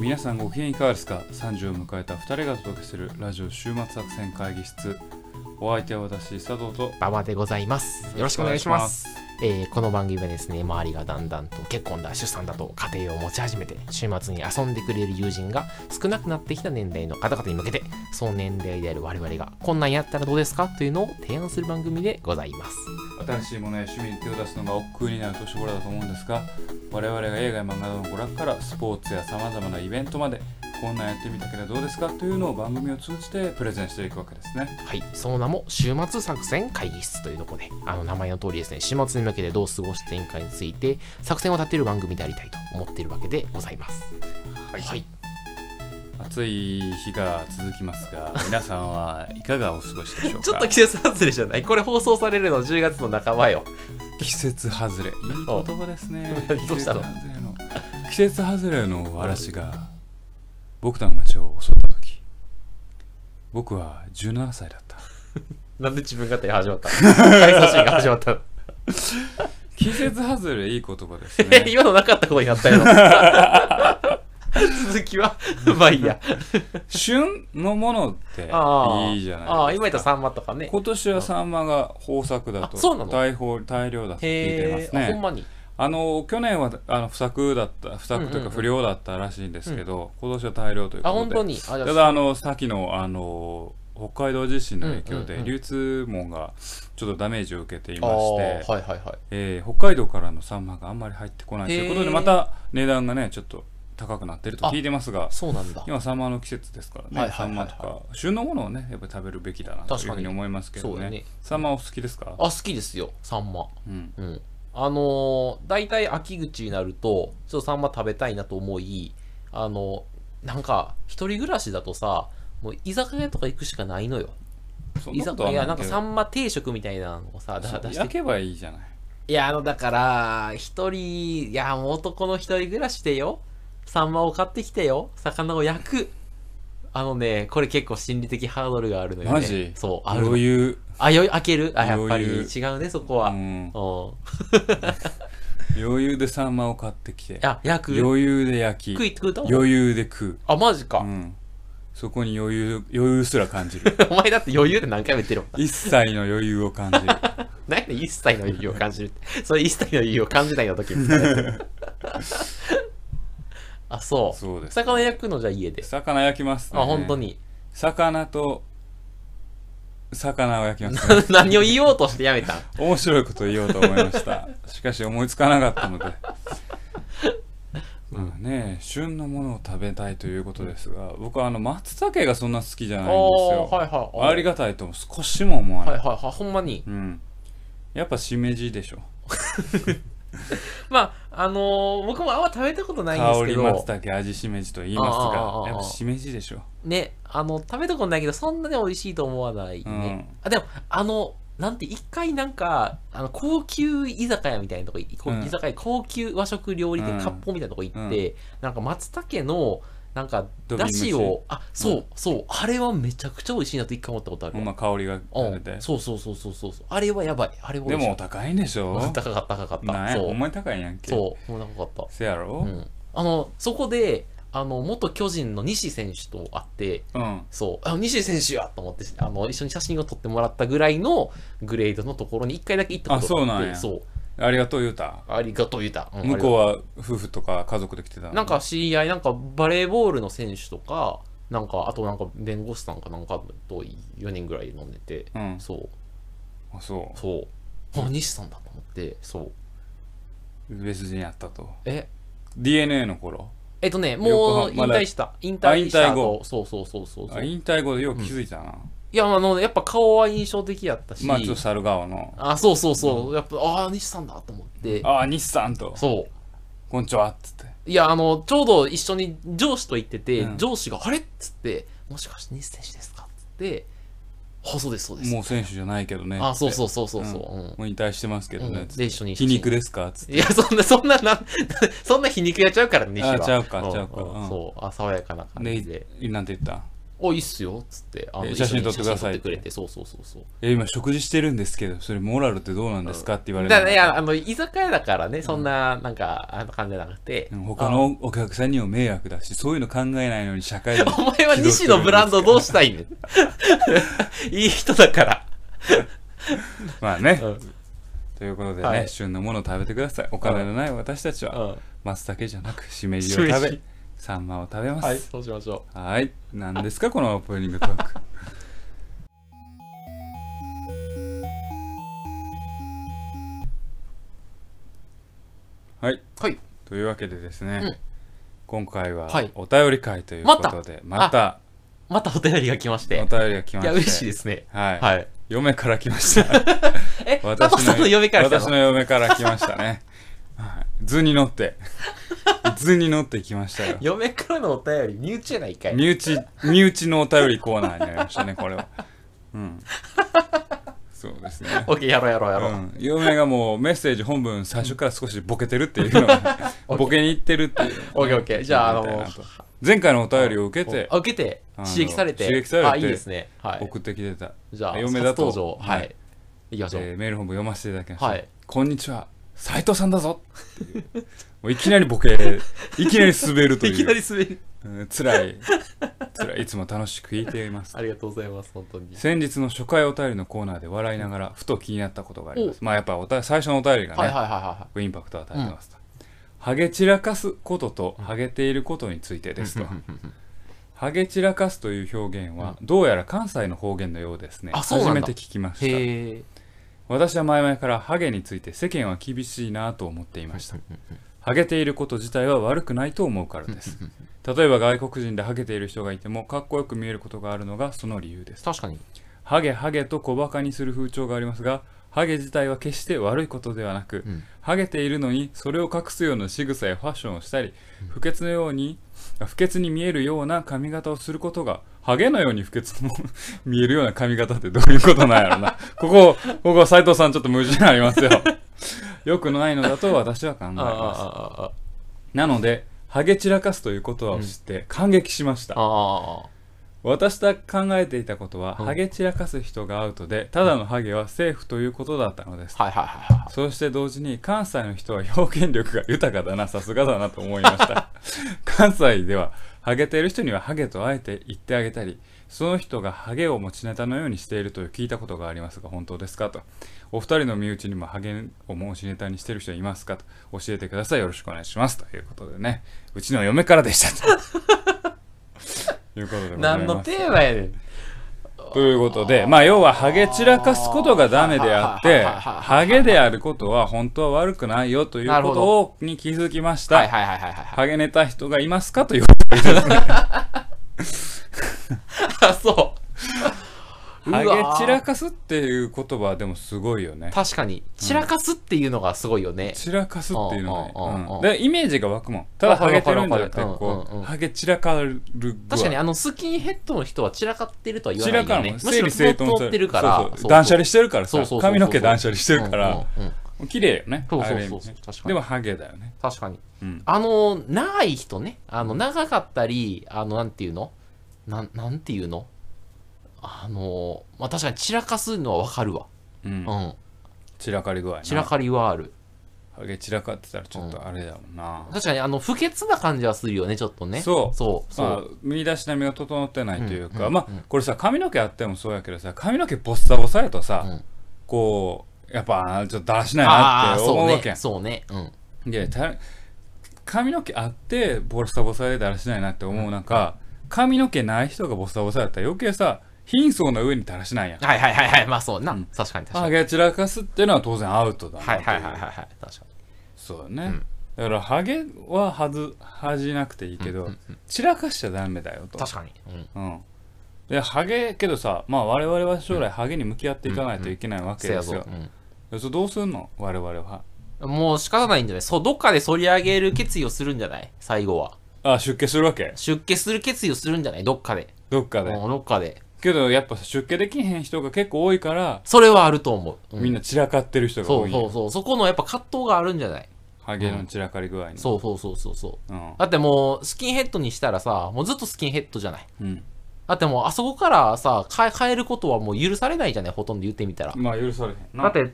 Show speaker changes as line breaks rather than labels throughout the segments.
皆さんご機嫌いかがですか ?30 を迎えた2人がお届けするラジオ週末作戦会議室お相手は私佐藤と
馬場でございます。よろしくお願いします。えーこの番組はですね、周りがだんだんと結婚だ、出産だと家庭を持ち始めて、週末に遊んでくれる友人が少なくなってきた年代の方々に向けて、その年代である我々がこんなんやったらどうですかというのを提案する番組でございます。
新しいものや趣味に手を出すのが億劫になる年頃だと思うんですが我々が映画や漫画などの娯楽からスポーツやさまざまなイベントまでこんなんやってみたけどどうですかというのを番組を通じてプレゼンしていくわけですね
はい、その名も週末作戦会議室というところで、あの名前の通りですね、週末に向けてどう過ごしていくかについて、作戦を立てる番組でありたいと思っているわけでございます。
は
はい、
暑い日が続きますが皆さんはいかがお過ごしでしょうか
ちょっと季節外れじゃないこれ放送されるの10月の半ばよ。
季節外れいい言葉ですね
どう したの
季節外れの季節外れの嵐が僕らの街を襲った時僕は17歳だった
なんで自分語り始まった回想シーンが始まったの
季節外れいい言葉ですね
え 今のなかったことになったよ。続きはまあいいや。
旬のものって
ああ。
いいじゃないですか
ああ、今言ったサンマとかね。
今年はサンマが豊作だ
あそう
と
なの
大豊大量だと聞いてま
へ
す
え、あほん
ね
まに。
あの去年はあの不作だった不作というか不良だったらしいんですけど、今年は大量というこ
あ、
とで
本当に。あ、じゃ
ただあのさっきのあの北海道地震の影響
うんうん
で
うん
流通網がちょっとダメージを受けてい
あ
まし
あ、
て、
はいはいはい。
えー北海道からのサンマがあんまり入ってこないということで
へー
また値段がねちょっと高くなってると聞いてますが
そうなんだ。
今サンマの季節ですからね、
はいはいはいはい
サンマとか旬のものをねやっぱり食べるべきだなと
確
いう
かに
ふうに思いますけど
そうだ
ね
ね
サンマお好きですか
あ、好きですよ、サンマ。
うん、
うん。あのー、大体秋口になると、ちょっとサンマ食べたいなと思い、あのー、なんか、一人暮らしだとさ、もう居酒屋とか行くしかないのよ。
そん
居
なこ
酒
とは
屋、いや
な
ないんか
けど
サンマ定食みたいなのをさ、だ
そう
出して
焼けばいいじゃない
いや、あの、だから、一人、いや、もう男の一人暮らしでよ、サンマを買ってきてよ、魚を焼く。あのね、これ結構心理的ハードルがあるのよね。
マジ
そう、あるの
余。裕
あ、よい、開けるあ、やっぱり
余
違うね、そこは。
う
うん。
ん余裕でサンマを買ってきて
あ、焼く。
余裕で焼
食い
き
食うと
余裕で食う
あ、マジか。
うん、そこに余裕余裕すら感じる
お前だって余裕で何回も言ってるもんな。
一切の余裕を感じ る
何やねん一切の余裕を感じるって。それ一切の余裕を感じないの 時みたいな。あ、そう。
そうです
魚焼くのじゃあ家で。
魚焼きます、
あ、
ね、
本当に。
魚と魚を焼きます
何を言おうとしてやめたん
面白いこと言おうと思いましたしかし思いつかなかったのでまあね旬のものを食べたいということですが僕はあの松茸がそんな好きじゃないんですよ、
あーはいはい。
ありがたいとも少しも思わない、
はいはいはい。ほんまに。
うん、やっぱしめじでしょ
まあ、あのー僕もあんま食べたことないんです
香
け
り松
ど、
茸味しめじと言います
あああああ
が
あ
やっぱしめじでしょ
ね、あの、食べたことないけど、そんなに美味しいと思わないね。
う
あ、でも、あの、なんて、一回なんか、あの、高級居酒屋みたいなとこ、こう
うん
居酒屋、高級和食料理
うん
店、割烹みたいなとこ行
う
って、なんか松茸の、なんか、
土瓶蒸
だ
し
しを、あ、そうう、そう、あれはめちゃくちゃ美味しいなと一回思ったことある
ほん
わ。
ま香りが
う
出
ん
て、
そうそうそうそうそう。あれはやばい。あれは美
で
味しい
もお高いんでし ょ
高かった、高かった。
なんや
そう
お前高いやんけ
そう、もう長かっ
せや
た。う
ろ
ん。あの、そこで、あの、元巨人の西選手と会って、
うん、
そう、あ、西選手やと思って、あの、一緒に写真を撮ってもらったぐらいのグレードのところに一回だけ行ったことがあって、
あそ
そう
ありがとう言うた
ありがとう言うた。うん
向こうは夫婦とか家族で来てたの
なんか知り合い、なんかバレーボールの選手とか、なんか、あとなんか弁護士さんかなんかと4人ぐらい飲んでて、
うん
そう、
あそ
そう、あ、西さんだと思って、そう、
う別人やったと
え、
DNA の頃
えっとね、
横
も
浜
う引
まだ
退した。引退した
あ引退
後
後。
そうそうそうそうそ
あ
う。
引退後でよう気づいたな、
いや、あの、やっぱ顔は印象的やったし。
まあちょっと猿顔の
あ、そうそうそう。やっぱ、ああ、西さんだと思って。
ああ日産と
そ
こんにちはっつって
う。いや、あの、ちょうど一緒に上司と行ってて、
うん
上司が、あれっつって、もしかして西選手ですかっつって、あ、そうです、そうです。
もう選手じゃないけどね
あ、そう
う
そうそうそうそう。うん
もう引退してますけど
う
ね
んで一緒に
皮肉ですかっつって
いや、そんな、そんな、なん、 そんな皮肉やっちゃうから、西は。
あちゃうか
ん
ちゃうかうん
んそう、あ、爽やかな感じで。
でなんて言った
おおいいっすよっつってあ
え写真撮ってください
一緒に写真撮ってくれてそうそうそうそう
え今食事してるんですけどそれモラルってどうなんですかって言われ
だから
る
いやあの居酒屋だからねそんななんかあの感じじゃなくて、
うん他のお客さんにも迷惑だしそういうの考えないのに社会人
お前は西のブランドどうしたいねん いい人だから、
まあね、
うん
ということでね、
はい
旬のものを食べてくださいお金のない私たちは、松茸じゃなくしめじを
し
食
め
べ
じ
サンマを食べます
はいそうしましょ
はい何ですかこのオープニングトー クはいう
はい
というわけでですね、
うん
今回は
はい
お便り会ということで、ま
ま
た
またお便りが来まして
お便りが来まし
い
て
や嬉しいですね
はい、
はい
嫁から来ました
え
私
佐藤さんの嫁から来た
私
の
の嫁から来ましたね、はい、図に乗って図に乗って来ましたよ
嫁からのお便り身内やないかい
身内身内のお便りコーナーになりましたねこれはうんそうですね
オッケーやろうやろうや
う
ろう、
ん、嫁がもうメッセージ本文最初から少しボケてるっていうの が
OK
ボケにいってるっていう
オッケーオッケーじゃああ
みたいな
の
と前回のお便りを受けて
あ受けて
あの
刺激されて
刺激されて
あいいですねはい
送ってきてた、
じゃあ
嫁
嫁
だ
だ
と
と登場は
はい
いきましょう
えーメール本部読ませていただきました、
はい
こんにちは斉藤さんだぞ っていうもういきなりボケいきなり滑るという
いきなり滑る
うん辛い辛いいつも楽しく聞いています
ありがとうございます本当に
先日の初回お便りのコーナーで笑いながらふと気になったことがありますまあやっぱおた最初のお便りがね、
はいはいはいは
インパクトを与えてますと、ハゲ散らかすこととハゲていることについて
い
ですと、
うんうんうんうん
ハゲ散らかすという表現はどうやら関西の方言のようですね
あそうなん
初
だ
めて聞きました
へえ
私は前々からハゲについて世間は厳しいなと思っていましたハゲていること自体は悪くないと思うからです例えば外国人でハゲている人がいてもかっこよく見えることがあるのがその理由です
確かに
ハゲハゲと小バカにする風潮がありますがハゲ自体は決して悪いことではなく、
うん
ハゲているのにそれを隠すような仕草やファッションをしたり不潔のようにあ不潔に見えるような髪型をすることがハゲのように不潔にも 見えるような髪型ってどういうことなんやろなここここ斉藤さんちょっと矛盾ありますよよくないのだと私は考え
あああ
ます
あああ
なのでハゲ散らかすという言葉を知って感激しました、
ああ
私が考えていたことは、
うん
ハゲ散らかす人がアウトでただのハゲはセーフということだったのです、
はいはいはいはい
そして同時に関西の人は表現力が豊かだなさすがだなと思いました 関西ではハゲている人にはハゲとあえて言ってあげたりその人がハゲを持ちネタのようにしているという聞いたことがありますが本当ですかとお二人の身内にもハゲを持ちネタにしている人いますかと教えてくださいよろしくお願いしますということでねうちの嫁からでした ということでございます
何のテーマやねん
ということで、まあ要はハゲ散らかすことがダメであって、
あー
ハゲであることは本当は悪くないよという
なる
こ
ほ
と
ど
をに気づきまし
はい
た。
はいはいはいはい
ハゲネタ人がいますかという。
あそう
ハゲ散ら
か
かすっていう言葉はでもすごいよね。
確かに散らかすっていうのがすごいよね、
散らかすっていうの
うんうんうん
は
う
ね
ん
うん。で、イメージが湧くもん。ただハゲてるんじゃなくて、
わかるわかるわ
こ
かるうん
う、
うん
ハゲ散らかる具合。
確かにあのスキンヘッドの人は散らかってるとは言わ
散
な
ら
いよ
かる
ね
もん。
むし
整
ろ
理整頓さ
こう通
れ
ってるから
そうそう断捨離してるから
そう
さ
そうそうそ、う
髪の毛断捨離してるから、も
うんうんうん
う綺麗よね。
そうそうそうそう
あれ
確かに
でもハゲだよね。
確かに
うん。
あの長い人ねあの長かったりあのなんていうのなんなんていうのあのまあ確かに散らかすのはわかるわ
うん
う。ん
散らかり具合な。
散らかりはある
ハゲ散らかってたらちょっとあれだもんな、
確かにあの不潔な感じはするよねちょっとね
そう
そうそ
まあ
う、
身だしなみが整ってないというか、
うんうん
まあこれさ髪の毛あってもそうやけどさ髪の毛ボッサボサやとさ、
うん
こうやっぱちょっとだらしない
あ
な
あ
って思
そうう
わけや
ねそうねうん
んでた髪の毛あってボッサボサでだらしないなって思う中、髪の毛ない人がボッサボサやったら余計さ貧相な上にだらしないやん
はいはいはいはいまあそうな、
うん
確かに確か
ハ
に
ゲ散らかすっていうのは当然アウトだな
はいはいはい
と
はいうはい確か
そうだね、だからハゲははず恥じなくていいけど、散らかしちゃダメだよと
に確かに、うん
うん、でハゲけどさ、まあ、我々は将来ハゲに向き合っていかないといけないわけ
せ
で
や
す
ぞ
よ、、それどうすんの我々は
うんもう仕方ないんじゃないそうどっかで反り上げる決意をするんじゃない最後は
あ出家するわけ
出家する決意をするんじゃないどっかで
どっかで
うんどっかで
けどやっぱさ出家できへん人が結構多いから、
それはあると思う、うん
みんな散らかってる人が
そ
多
う
いん
そ
よ
うそうそこのやっぱ葛藤があるんじゃない
ハゲの散らかり具合に
そうそうそうそうそう
うん
だってもうスキンヘッドにしたらさもうずっとスキンヘッドじゃない
うん
だだってもうあそこからさ変え変えることはもう許されないじゃないほとんど言ってみたら
まあ許されへんな
だって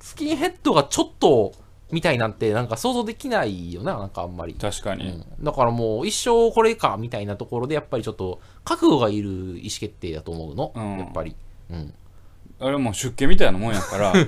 スキンヘッドがちょっとみたいなんてなんか想像できないよななんかあんまり、
確か
う
に、
ん、だからもう一生これかみたいなところでやっぱりちょっと覚悟がいる意思決定だと思うの、
うん
やっぱり、 うん、
あれはもう出家みたいなもんやから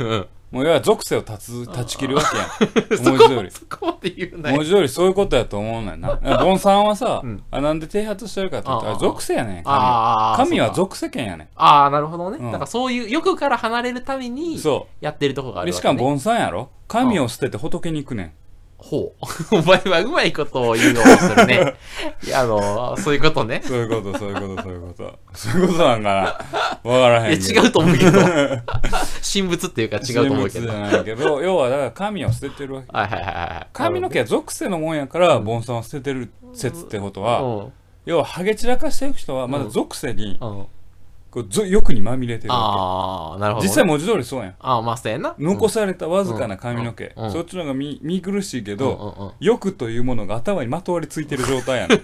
もういわゆる属性を断つ断ち切るわけやん文字通り
そこまで言うなよ
文字通りそういうことやと思うのよ なだからボンさんはさ、
うん
あなんで剃髪してるかって言った
あ
ら
あ
属性やねん神は
あー
神は
そうか
属世権やね
ああなるほどね、
うん
なんかそういう欲から離れるため
ん
に
そ
やってるとこがあ
う
る
で
わ
し
け、ね、
かもボンさんやろ神を捨てて仏に行くねん
ほう。お 前はうまいことを言うようにするね。 いや、あの、そういうことね。
そういうことそういうことそういうことそういうことなんかなわから
いや、
へん
違うと思うけど。 神仏っていうか違うと思うけ
人
ど。
物
はい
じゃないけど要はだから神を捨ててるわけ
はいはいはい。
髪の毛は属性のもんやから、ボンさんを捨ててる説ってことは、
うん。
要はハゲ散らかしていく人はまだ属性に、
うん。
こうぞ欲にまみれてるわ
ああ、なる
け
ほどね。
実際文字通りそうやん
ああ、まあ、そうやな。
残されたわずかな髪の毛、
うんうん
そっちの方が見見苦しいけ
うん
ど、
うんうん
欲というものが頭にまとわりついてる状態や ねん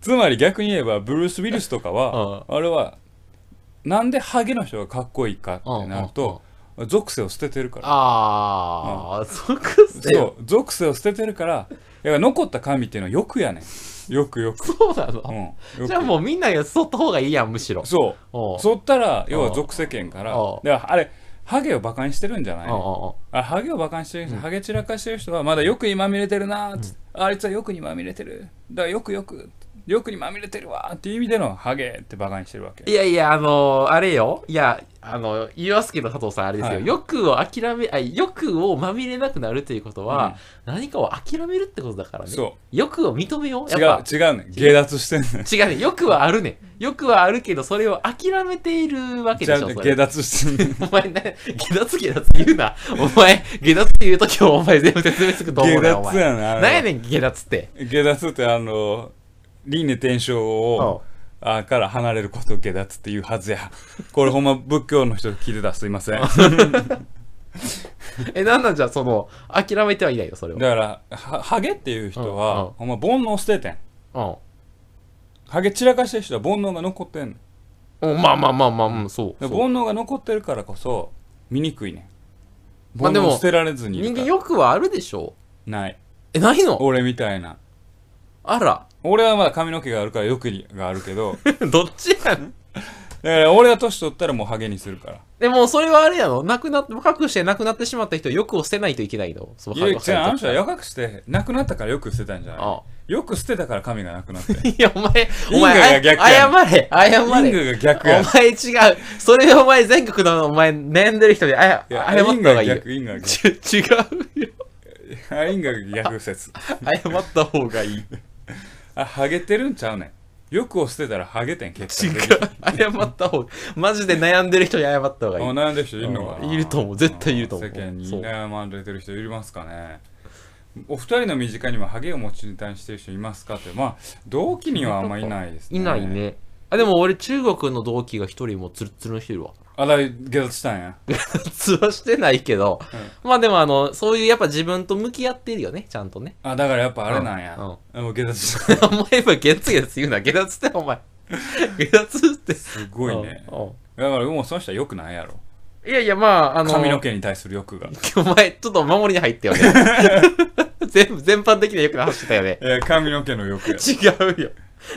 つまり逆に言えばブルース・ウィルスとかは、あれはなんでハゲの人がかっこいいかってなると、属性を捨ててるから
ああ、属性。
そう属性を捨ててるからやっぱ残った神っていうのは欲やねんよくよく
そうな
う
の。
ん欲
じゃあもうみんなが剃った方がいいやん、むしろ。
そ
お
う
う
そったら要は属世間からだ
う
か
ん
らあれハゲをバカにしてるんじゃない
うんうんうん
あハゲをバカにしてる人、ハゲ散らかしてる人はまだよくにまみれてるなーっつって、あいつはよくにまみれてるだからよくよくよくにまみれてるわーっていう意味でのハゲってバカにしてるわけ
いやいや、あのあれよ。いや、あの言いますけど、佐藤さん、あれですよ。
はい
欲を諦め、あ、欲をまみれなくなるということは、何かを諦めるってことだからね。
そ
欲を認めよう。
違う
やっ
違うねん下脱してんねん
ぱ、違うね。欲はあるね。欲はあるけど、それを諦めているわけ
じゃ
で
あ
しょ、そ
下
れ。
脱して んねん
お前、な、下脱下脱言うな。お前、下脱って言うときはお前全部説明すると思
下
うな、お
脱
前。
やなあれ
何やねん、下脱って。
下脱ってあの輪廻転生をあから離れることを下脱っていうはずやこれほんま仏教の人聞いてたらすいませんだか
え、なんなんじゃ、その、諦めてはいないよ、それは。
らはハゲっていう人は、
うんうん
ほんま煩悩捨ててん
うん。
ハゲ散らかしてる人は煩悩が残ってんの
うんまあまあまあまあ、うん、そう。
で
そう
煩悩が残ってるからこそ醜いねん
まあ
煩
でも
悩捨てられずにいる
人
から
間欲はあるでしょ
ない
え、ないの
俺みたいな
あら。
俺はまだ髪の毛があるから欲があるけど だか
どっちやん。
ら俺が年取ったらもうハゲにするから
でも、それはあれやろ。なくなって、若くして亡くなってしまった人、欲を捨てないといけないの。そう
いや違う
若い時
あの人は若くしてなくなったからよく捨てたんじゃない
あ
よく捨てたから髪がなくなって
いや、お前、お
因果が
前、
逆
あ
や
や謝れ、謝
因
れ。
果が逆や
お前違う。それお前、全国のお前、悩んでる人に、あや、
いや
謝った方
因果
が
が
いいよ。
逆因果が
ち違うよ。
逆因果が逆説
謝った 方がいい。違う。
あハゲてるんちゃうねん欲を捨てたらハゲてん結 果的に
謝った方が、マジで悩んでる人に謝った方がいい
あ。悩んでる人いるのかな
あいると思う絶対いると思う
世間に
そう
悩まれてる人いますかねお二人の身近にはハゲを持ちネタにしてる人いますかってまあ同期にはあんまいないですね
いないね。あ、でも俺、中国の同期が一人もうツルツルの人いるわ。
あだ下脱したんや
通話してないけど、まあでもあの、そういうやっぱ自分と向き合ってるよね、ちゃんとね。
あだからやっぱあれなんや、
うんうん
あもう下脱した
お前今ゲツゲツ言うな、下脱って お前。下脱って。す
すごいね
う
だからもうその人はよくないやろ
んいやいや、まあ、あの、
髪の毛に対する欲が
お前、ちょっと守りに入ったよ ね。全部、全般的にはよくな話してたよね。
えー髪の毛の欲や
違うよ。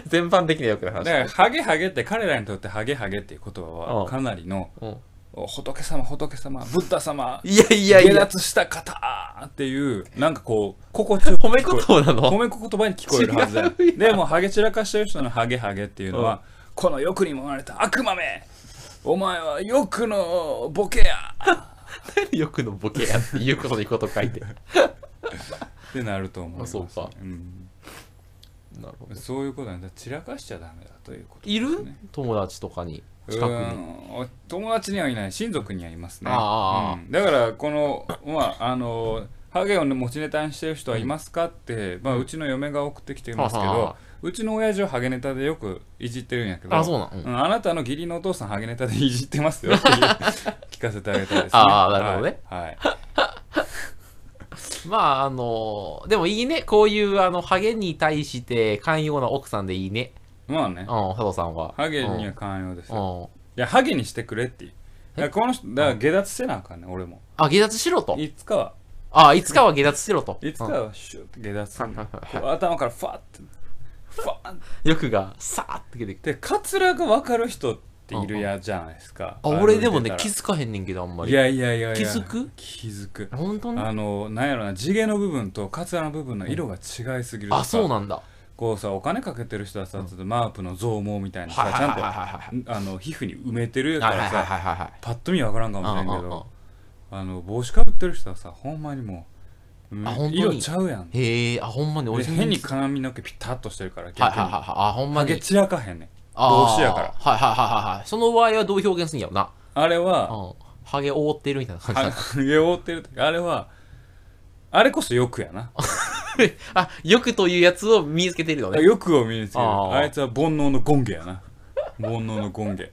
全般的にはよくな話
だ
し
からハ
て
ゲハゲって彼らにとってハゲハゲっていう言葉
う
は
ん
かなりの
た。うん
お仏様仏様ブッダ様
いやいやい
下
や、
脱した方っていうなんかこう心地よく
褒め
聞こえる
言葉なの
褒め言葉に聞こえるはずだ よ
違うやん
でもハゲ散らかしてる人のハゲハゲっていうのは、
うん
この欲にもまれた悪魔めお前は欲のボケや
よくのボケやっていうことにこと書 いて。な
ってなると思います、
あそうか
ん
るほど。
そういうことなんだ散らかしちゃダメだということ
い
で
る
すね
友達とかに、近く
う
に。
んお友達にはいない親族にはいますね
ああああ
うんだからこのまああのハゲを持ちネタにしてる人はいますかって、うまあ、うちの嫁が送ってきてますけ
はは
ど
は
うちの親父はハゲネタでよくいじってるんやけど
あ、そうなん。うん
うんあなたの義理のお父さんハゲネタでいじってますよ っていう聞かせてあげたいですね
ああなるほどね
はい、はい
まあ、あの、でもいいね。こういう、あの、ハゲに対して寛容な奥さんでいいね。
まあね
うん、佐藤さんは。
ハゲには寛容です
う
よ
ん。うん
いやハゲにしてくれっていういやこの人だから下脱せなあかんね俺も
あ、下脱しろと。
いつかは
あ、いつかは下脱しろと。
いつかはシュッて下脱する
うんはいはいはい
こう頭からファッてファッ
うん。欲が、さーって出てくる。
てカツラが分かる人っているやじゃないですか
あ、俺でも
歩、いて
ね
たら
気づかへんねんけど、あんまり。
いやいやいやいや
気づく
気づく
本当に
あのなんやろな地毛の部分とカツラの部分の色が違いすぎるとか
あ、そうなんだ。
こうさお金かけてる人はさ、ちょっとマープの増毛みたいな
は
さ
い
ち
はいはいはい
ゃんとあの皮膚に埋めてるか
はい
ら
はいはい
さ
はいはい。
パッと見分からんかもしれんけ
うんうんうん
どあの帽子かぶってる人はさほんまにもう、うん
あほんとに
色ちゃうやんで
へえ、あ、ほんまに俺全然
変に髪の毛ピタッとしてるから逆に、
はいはいはいはい。あ、ほんま
ハゲ
に。
散らかへんねん
あー
帽子やから
はいはいはいはいはい。その場合はどう表現するんやろな。
あれ
う
は
ん。ハゲ覆ってるみたいな感じ
は
だ。
ハゲ覆ってる時あれはあれこそ欲やな
あ、欲というやつを見つけてるのね。
欲を身につける
あー
あいつは煩悩の権下やな煩悩の権下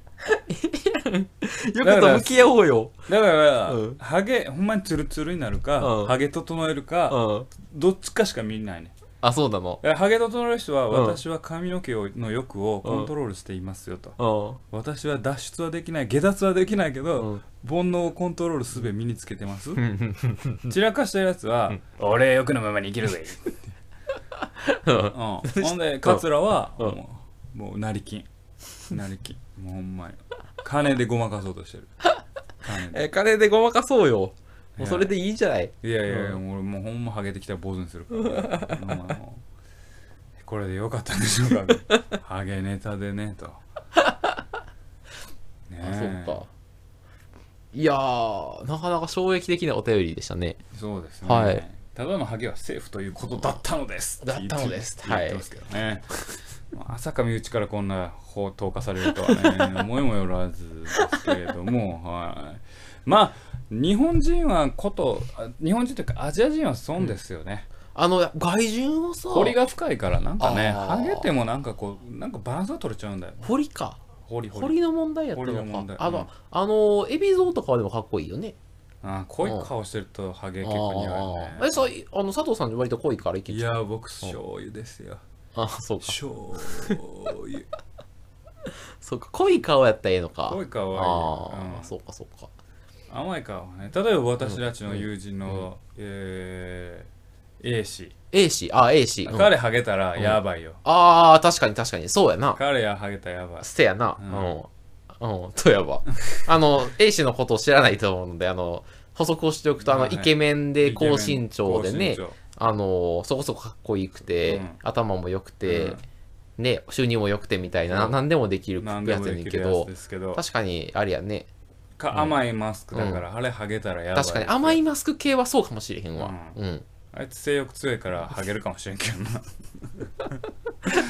欲と向き合おうよ。
だから、
うん
ハゲほんまにツルツルになるか、
うん
ハゲ整えるか、
うん。
どっちかしか見ないね
あ、そうなの。
だからハゲ整える人は、
うん
私は髪の毛をの欲をコントロールしていますよと、
う
私は脱出はできない下脱はできないけど、
うん
煩悩をコントロールすべ身につけてます、
ん。
散らかしてるやつは、俺欲のままに生きる ぜ、うん、ほんでカツラは、
うん
もうもう成金成金もうほんまに金でごまかそうとしてる金で
え、金でごまかそう
い
よ。もう
や
それでいいじゃない。
いやいやいや、
う
俺もうほんまハゲてきたら坊主にするから、 ほんまもうこれでよかったんでしょうか、ハゲネタでねとね
あ、
え
そうか。いやー、なかなか衝撃的なお便りでしたね。
そうですね、
はい
ただのハゲはセーフということだったのです
だったのです
って言って言ってますけどね、 まさか身内からこんな方投下されるとはね思いもよらずですけれども はいまあ日本人はことあ日本人というかアジア人は損ですよね、
あの、外人はさ、
堀。が深いからなんかね
あ
ハ
ー
ゲてもなんかこうなんかバランスが取れちゃうんだよ
堀か。
堀
堀の問題やった
堀の問
の
題
か。あ
う
の
ん、
あの、海老蔵とかはでもかっこいいよね。
あー濃い顔してるとハゲ結構似合うよね
あーえ、そう、あの、佐藤さん割と濃いからいけ
い
ちゃう。
や僕醤油ですよ
あ、そうか。
醤油
そうか、濃い顔やったらええのか。
濃い顔は
あ
いい
あ、
うん
そうか、そうか。
甘い顔はね例えば私たちの友人のえー A 氏
A 氏、あ、A 氏。うん
彼ハゲたらやばいよ
ああ、確かに確かに。そうやな。
彼やハゲたらやばい
せやな。うん。うん、とや ば。あの、A 氏のことを知らないと思うので、あの、補足をしておくと、あの、
はい
イケメンで
イケメン
高身長でね
高身長、
あの、そこそこかっこよくて、
うん
頭も良く
う
て
ん、
ね、収入も良くてみたいな、
うん
何でもできるや
何
つ
で
や
も
ね
で
ん
き
け
るやつ
ど
で、すけど
確かに、あれやね。
か甘いマスクだからあれハゲたらやばい
確かに、甘いマスク系はそうかもしれへんわ。うん。
あいつ性欲強いからハゲるかもしれんけどな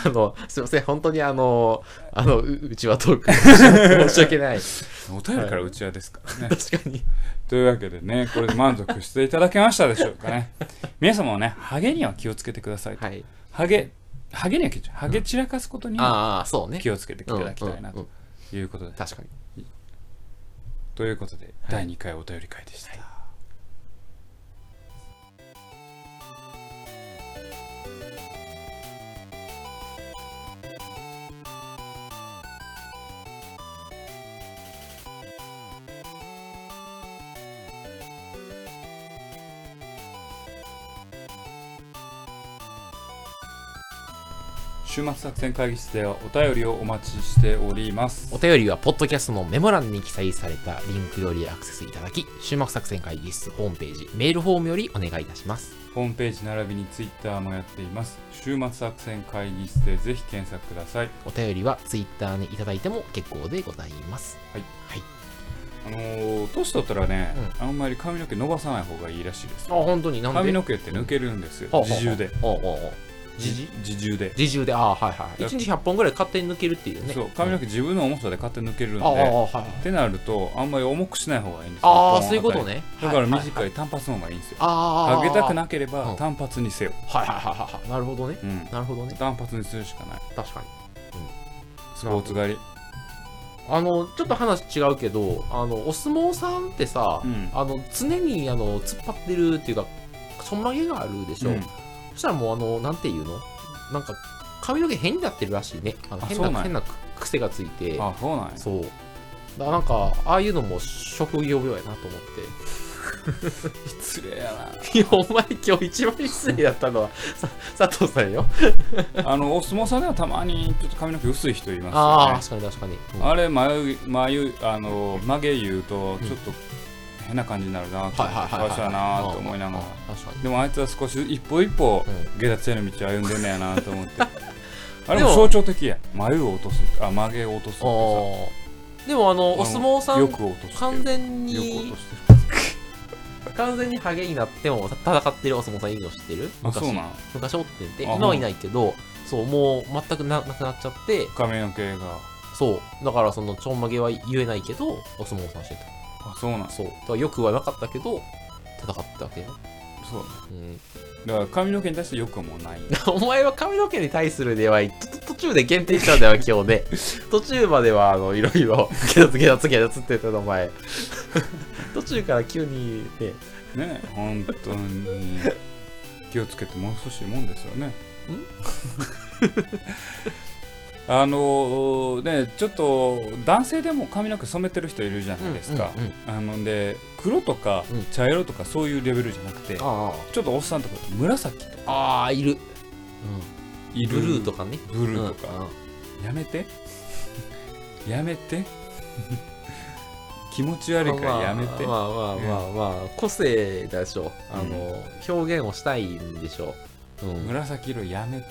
あの、すいません、本当にあの、あの、ううちはトーク 申し訳ない。
お便りからうちわですからね、
確かに。
というわけでねこれで満足していただけましたでしょうか ね皆様もねハゲには気をつけてくださいと、
はい。
ハゲハゲには気をつけハゲ散らかすことには
ああ、そうね。
気をつけていただきたいな
うんうん
ということで、
確かに。
ということで第2回お便り会でした、週末作戦会議室ではお便りをお待ちしております
お便りは、ポッドキャストのメモ欄に記載されたリンクよりアクセスいただき、終幕作戦会議室ホームページ、メールフォームよりお願いいたします。
ホームページ並びにツイッターもやっています。週末作戦会議室でぜひ検索ください。
お便りは、ツイッターにいただいても結構でございます。
あのー、年取ったらね、あんまり髪の毛伸ばさない方がいいらしいです
あ、。本当になんで
髪の毛って抜けるんですよ。
ほうほうほう
自重で。
おうおうおう
自自重で。
自重で、ああ、はいはい。1日100本ぐらい勝手に抜けるっていうね。
そう、髪の毛自分の重さで勝手に抜けるんで。
ああ、
っ
はいはい。
てなると、あんまり重くしない方がいいんですよ
ああ、そういうこと。ね。
この辺りだ
は
から
い
短い短髪の方がいいんですよ。
ああ。
上げたくなければ
うん
単髪にせよ。
はいはいはいはいはい。なるほどね。
うん。
なるほどね。
単髪にするしかない。
確かに。
スポーツ狩り。
あの、ちょっと話違うけど、あの、お相撲さんってさ、
うん
あの、常に、あの、突っ張ってるっていうか、ちょんまげがあるでしょ。
うん
そしたらもう、あの、なんていうのなんか、髪の毛変になってるらしいねあの
あ
変
そうなん
な
や
変な癖がついて
あそうなんや
そうだからなんかああいうのも職業病やなと思っ
失礼や
て いやお前今日一番失礼だっ たのはさ佐藤さんよ
なあのお相撲さんではたまにちょっと髪の毛薄い人いますよね
ああー確かに確かに、うん
あれ眉眉あの曲げ言うとちょっと変な感じになるなと
はいはい
か
は
わ
いはい
いそうやなと思いながら
うん確かに
でもあいつは少し一歩一歩
う
下脱への道を歩んでんねやなと思 ってあれ
で
も
も
象徴的や眉を落とすあ曲げを落とすって
あーでもあの
さ
お相撲さ
よ
ん
く落として
完
る
全
よく落
に
としてる
完全にハゲになっても戦ってるお相撲さんいるの知ってる
あ
昔
そうなん
昔おってて
あ
今はいないけどそうもう全くななくなっちゃって
髪の毛が
そうだからそのちょんまげは言えないけどお相撲さんして
あそうなん
た
そ
そうだからよくはなかったけど戦ってたわけよ、
う
うん、
だから髪の毛に対してよくはもうない
お前は髪の毛に対する出会いとと途中で限定したんだよ 今日ね途中まではあのいろいろゲダツゲダツゲダツって言ってたの お前途中から急にね
ね本当に気をつけてもう少しいいもんですよね あのねちょっと男性でも髪の毛染めてる人いるじゃないですか、
うんうんうん
あので黒とか
うん
茶色とかそういうレベルじゃなくて、ちょ
あ
っとおっさんとか紫とか
あああいる、
い
うん、
る
ブルーとかね
ブルーと
うん
か
うん、
やめて やめて 気持ち悪いからやめて、
まあまあまあまあ、まあ、個性でしょあの、表現をしたいんでしょう、うん、
紫色やめて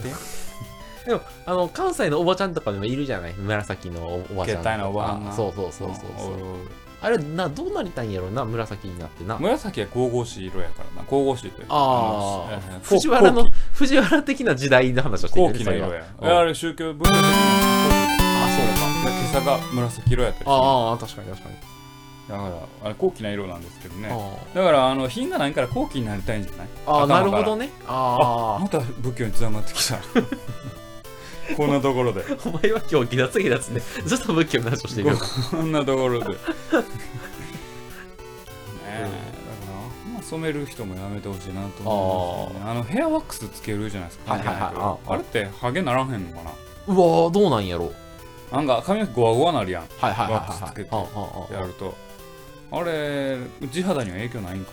でもあの関西のおばちゃんとかでもいるじゃない紫のおばちゃ
携
んと
帯
か
のおばはんが
そうそうそうそうそううんあれなどうなりたいんやろうな紫になってな
紫は神々しい色やからな神々しいというか
あ
の
あ
えー
藤原の
後
藤原的な時代の話をして
期
る
後期の色
あ
や
それは
あれ宗教文化的な
あ
今朝が紫色やったりす
そ
るだ
うかああ確かに確かに、
からあれ高貴な色なんですけどね
あ
だからあの品がないから高貴になりたいんじゃない
ああ
頭か
な
ら
るほどねあ
また仏教につながってきたこんなところで
あお前は今日ギダツギダツねずっと仏教の話をしているよ
こんなところ でねえ
う
だ
ん
からまあ染める人もやめてほしいなと思うんですよねあのヘアワックスつけるじゃないですか、
はいはいはい
関係なく
あ
あれってハゲならへんのかな
うわーどうなんやろう
なんか髪の毛ゴワゴワなるやん
はいはいはい
ワックスつ
は
け
い
て
ああああ
やるとあれ地肌には影響ないんか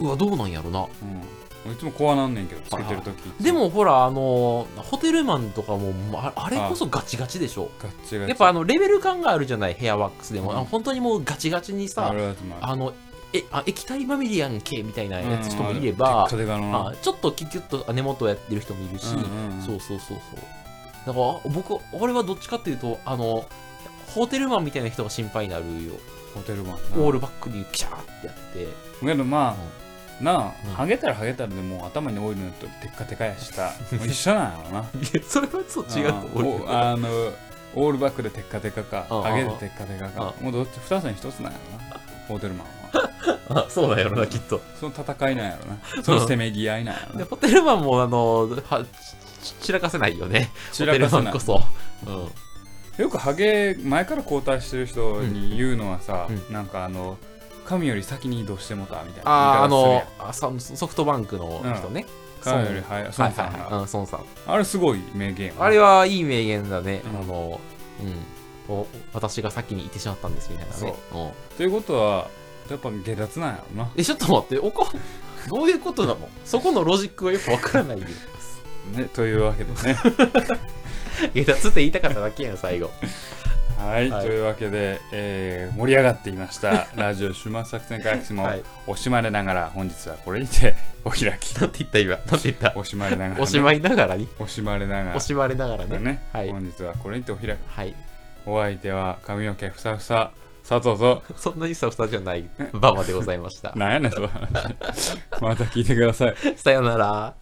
うわどうなんやろな
なうんいつも怖なんねんけどつけてるとき
でもほらあのホテルマンとかもああれこそガチガチでしょ
ガッチガチ
やっぱあのレベル感があるじゃないヘアワックスで
う
も、
ん
あの本当にもうガチガチに
あ
さ
るやつもあ
あのえあ液体マミリアン系みたいな
る
やつ人もいれ
うんあ
ば
る、テッカテカの
あちょっとキュッキュッと根元をやってる人もいるし、
うんうん
そうそうそうそうだから僕俺はどっちかっていうとあのホテルマンみたいな人が心配になるよ、
ホテルマン
オー
ル
ルバックにピシャーってやって
けどまあなあ
うん
ハゲたらハゲたらでもう頭にオイル塗ってテッカテカやしたもう一緒なんやろな
いやそれはそう 違うと思う
うんおあのオールバックでテッカテカか
うん
ハゲでテッカテカかもうどっち二つに一つ なんやろなホテルマンは
あそうなんやろなきっと
その戦いなんやろなそのせめぎ合いなんやろ
で
な
ホテルマンもあのはち散らかせないよね
散らかせ
ホテル
ない
マンこそ、うん、
よくハゲ前から交代してる人に言うのはさ、
う
なんかあの神より先に移動してもたみたいな
あーあ
言い方
のあサムソフトバンクの人ね、
するやん神より早い
孫
孫さん
はいは
が
いはいうん、孫さん
あれすごい名言
あれはいい名言だね、
うん
あのうんお私が先に行ってしまったんですみたいなねうん
ということはやっぱ下脱なんやろな
えちょっと待っておこどういうことなのそこのロジックがよくわからないよ
ねというわけで ね
下脱って言 いたかっただけやん最後
はい、
はい
というわけで、えー盛り上がっていましたラジオ終末作戦会議も
はい
惜しまれながら本日はこれにてお開き
なんて言った今なんて言 った
惜しまれながら、ね、
惜しまいながらに
惜しまれなが
惜しまれながら
ら
ね
ね、
はい
本日はこれにてお開き
はい
お相手は髪の毛ふさふさ佐藤と
そんなにさふさじゃないババでございました
なんやねんその話また聞いてください
さよなら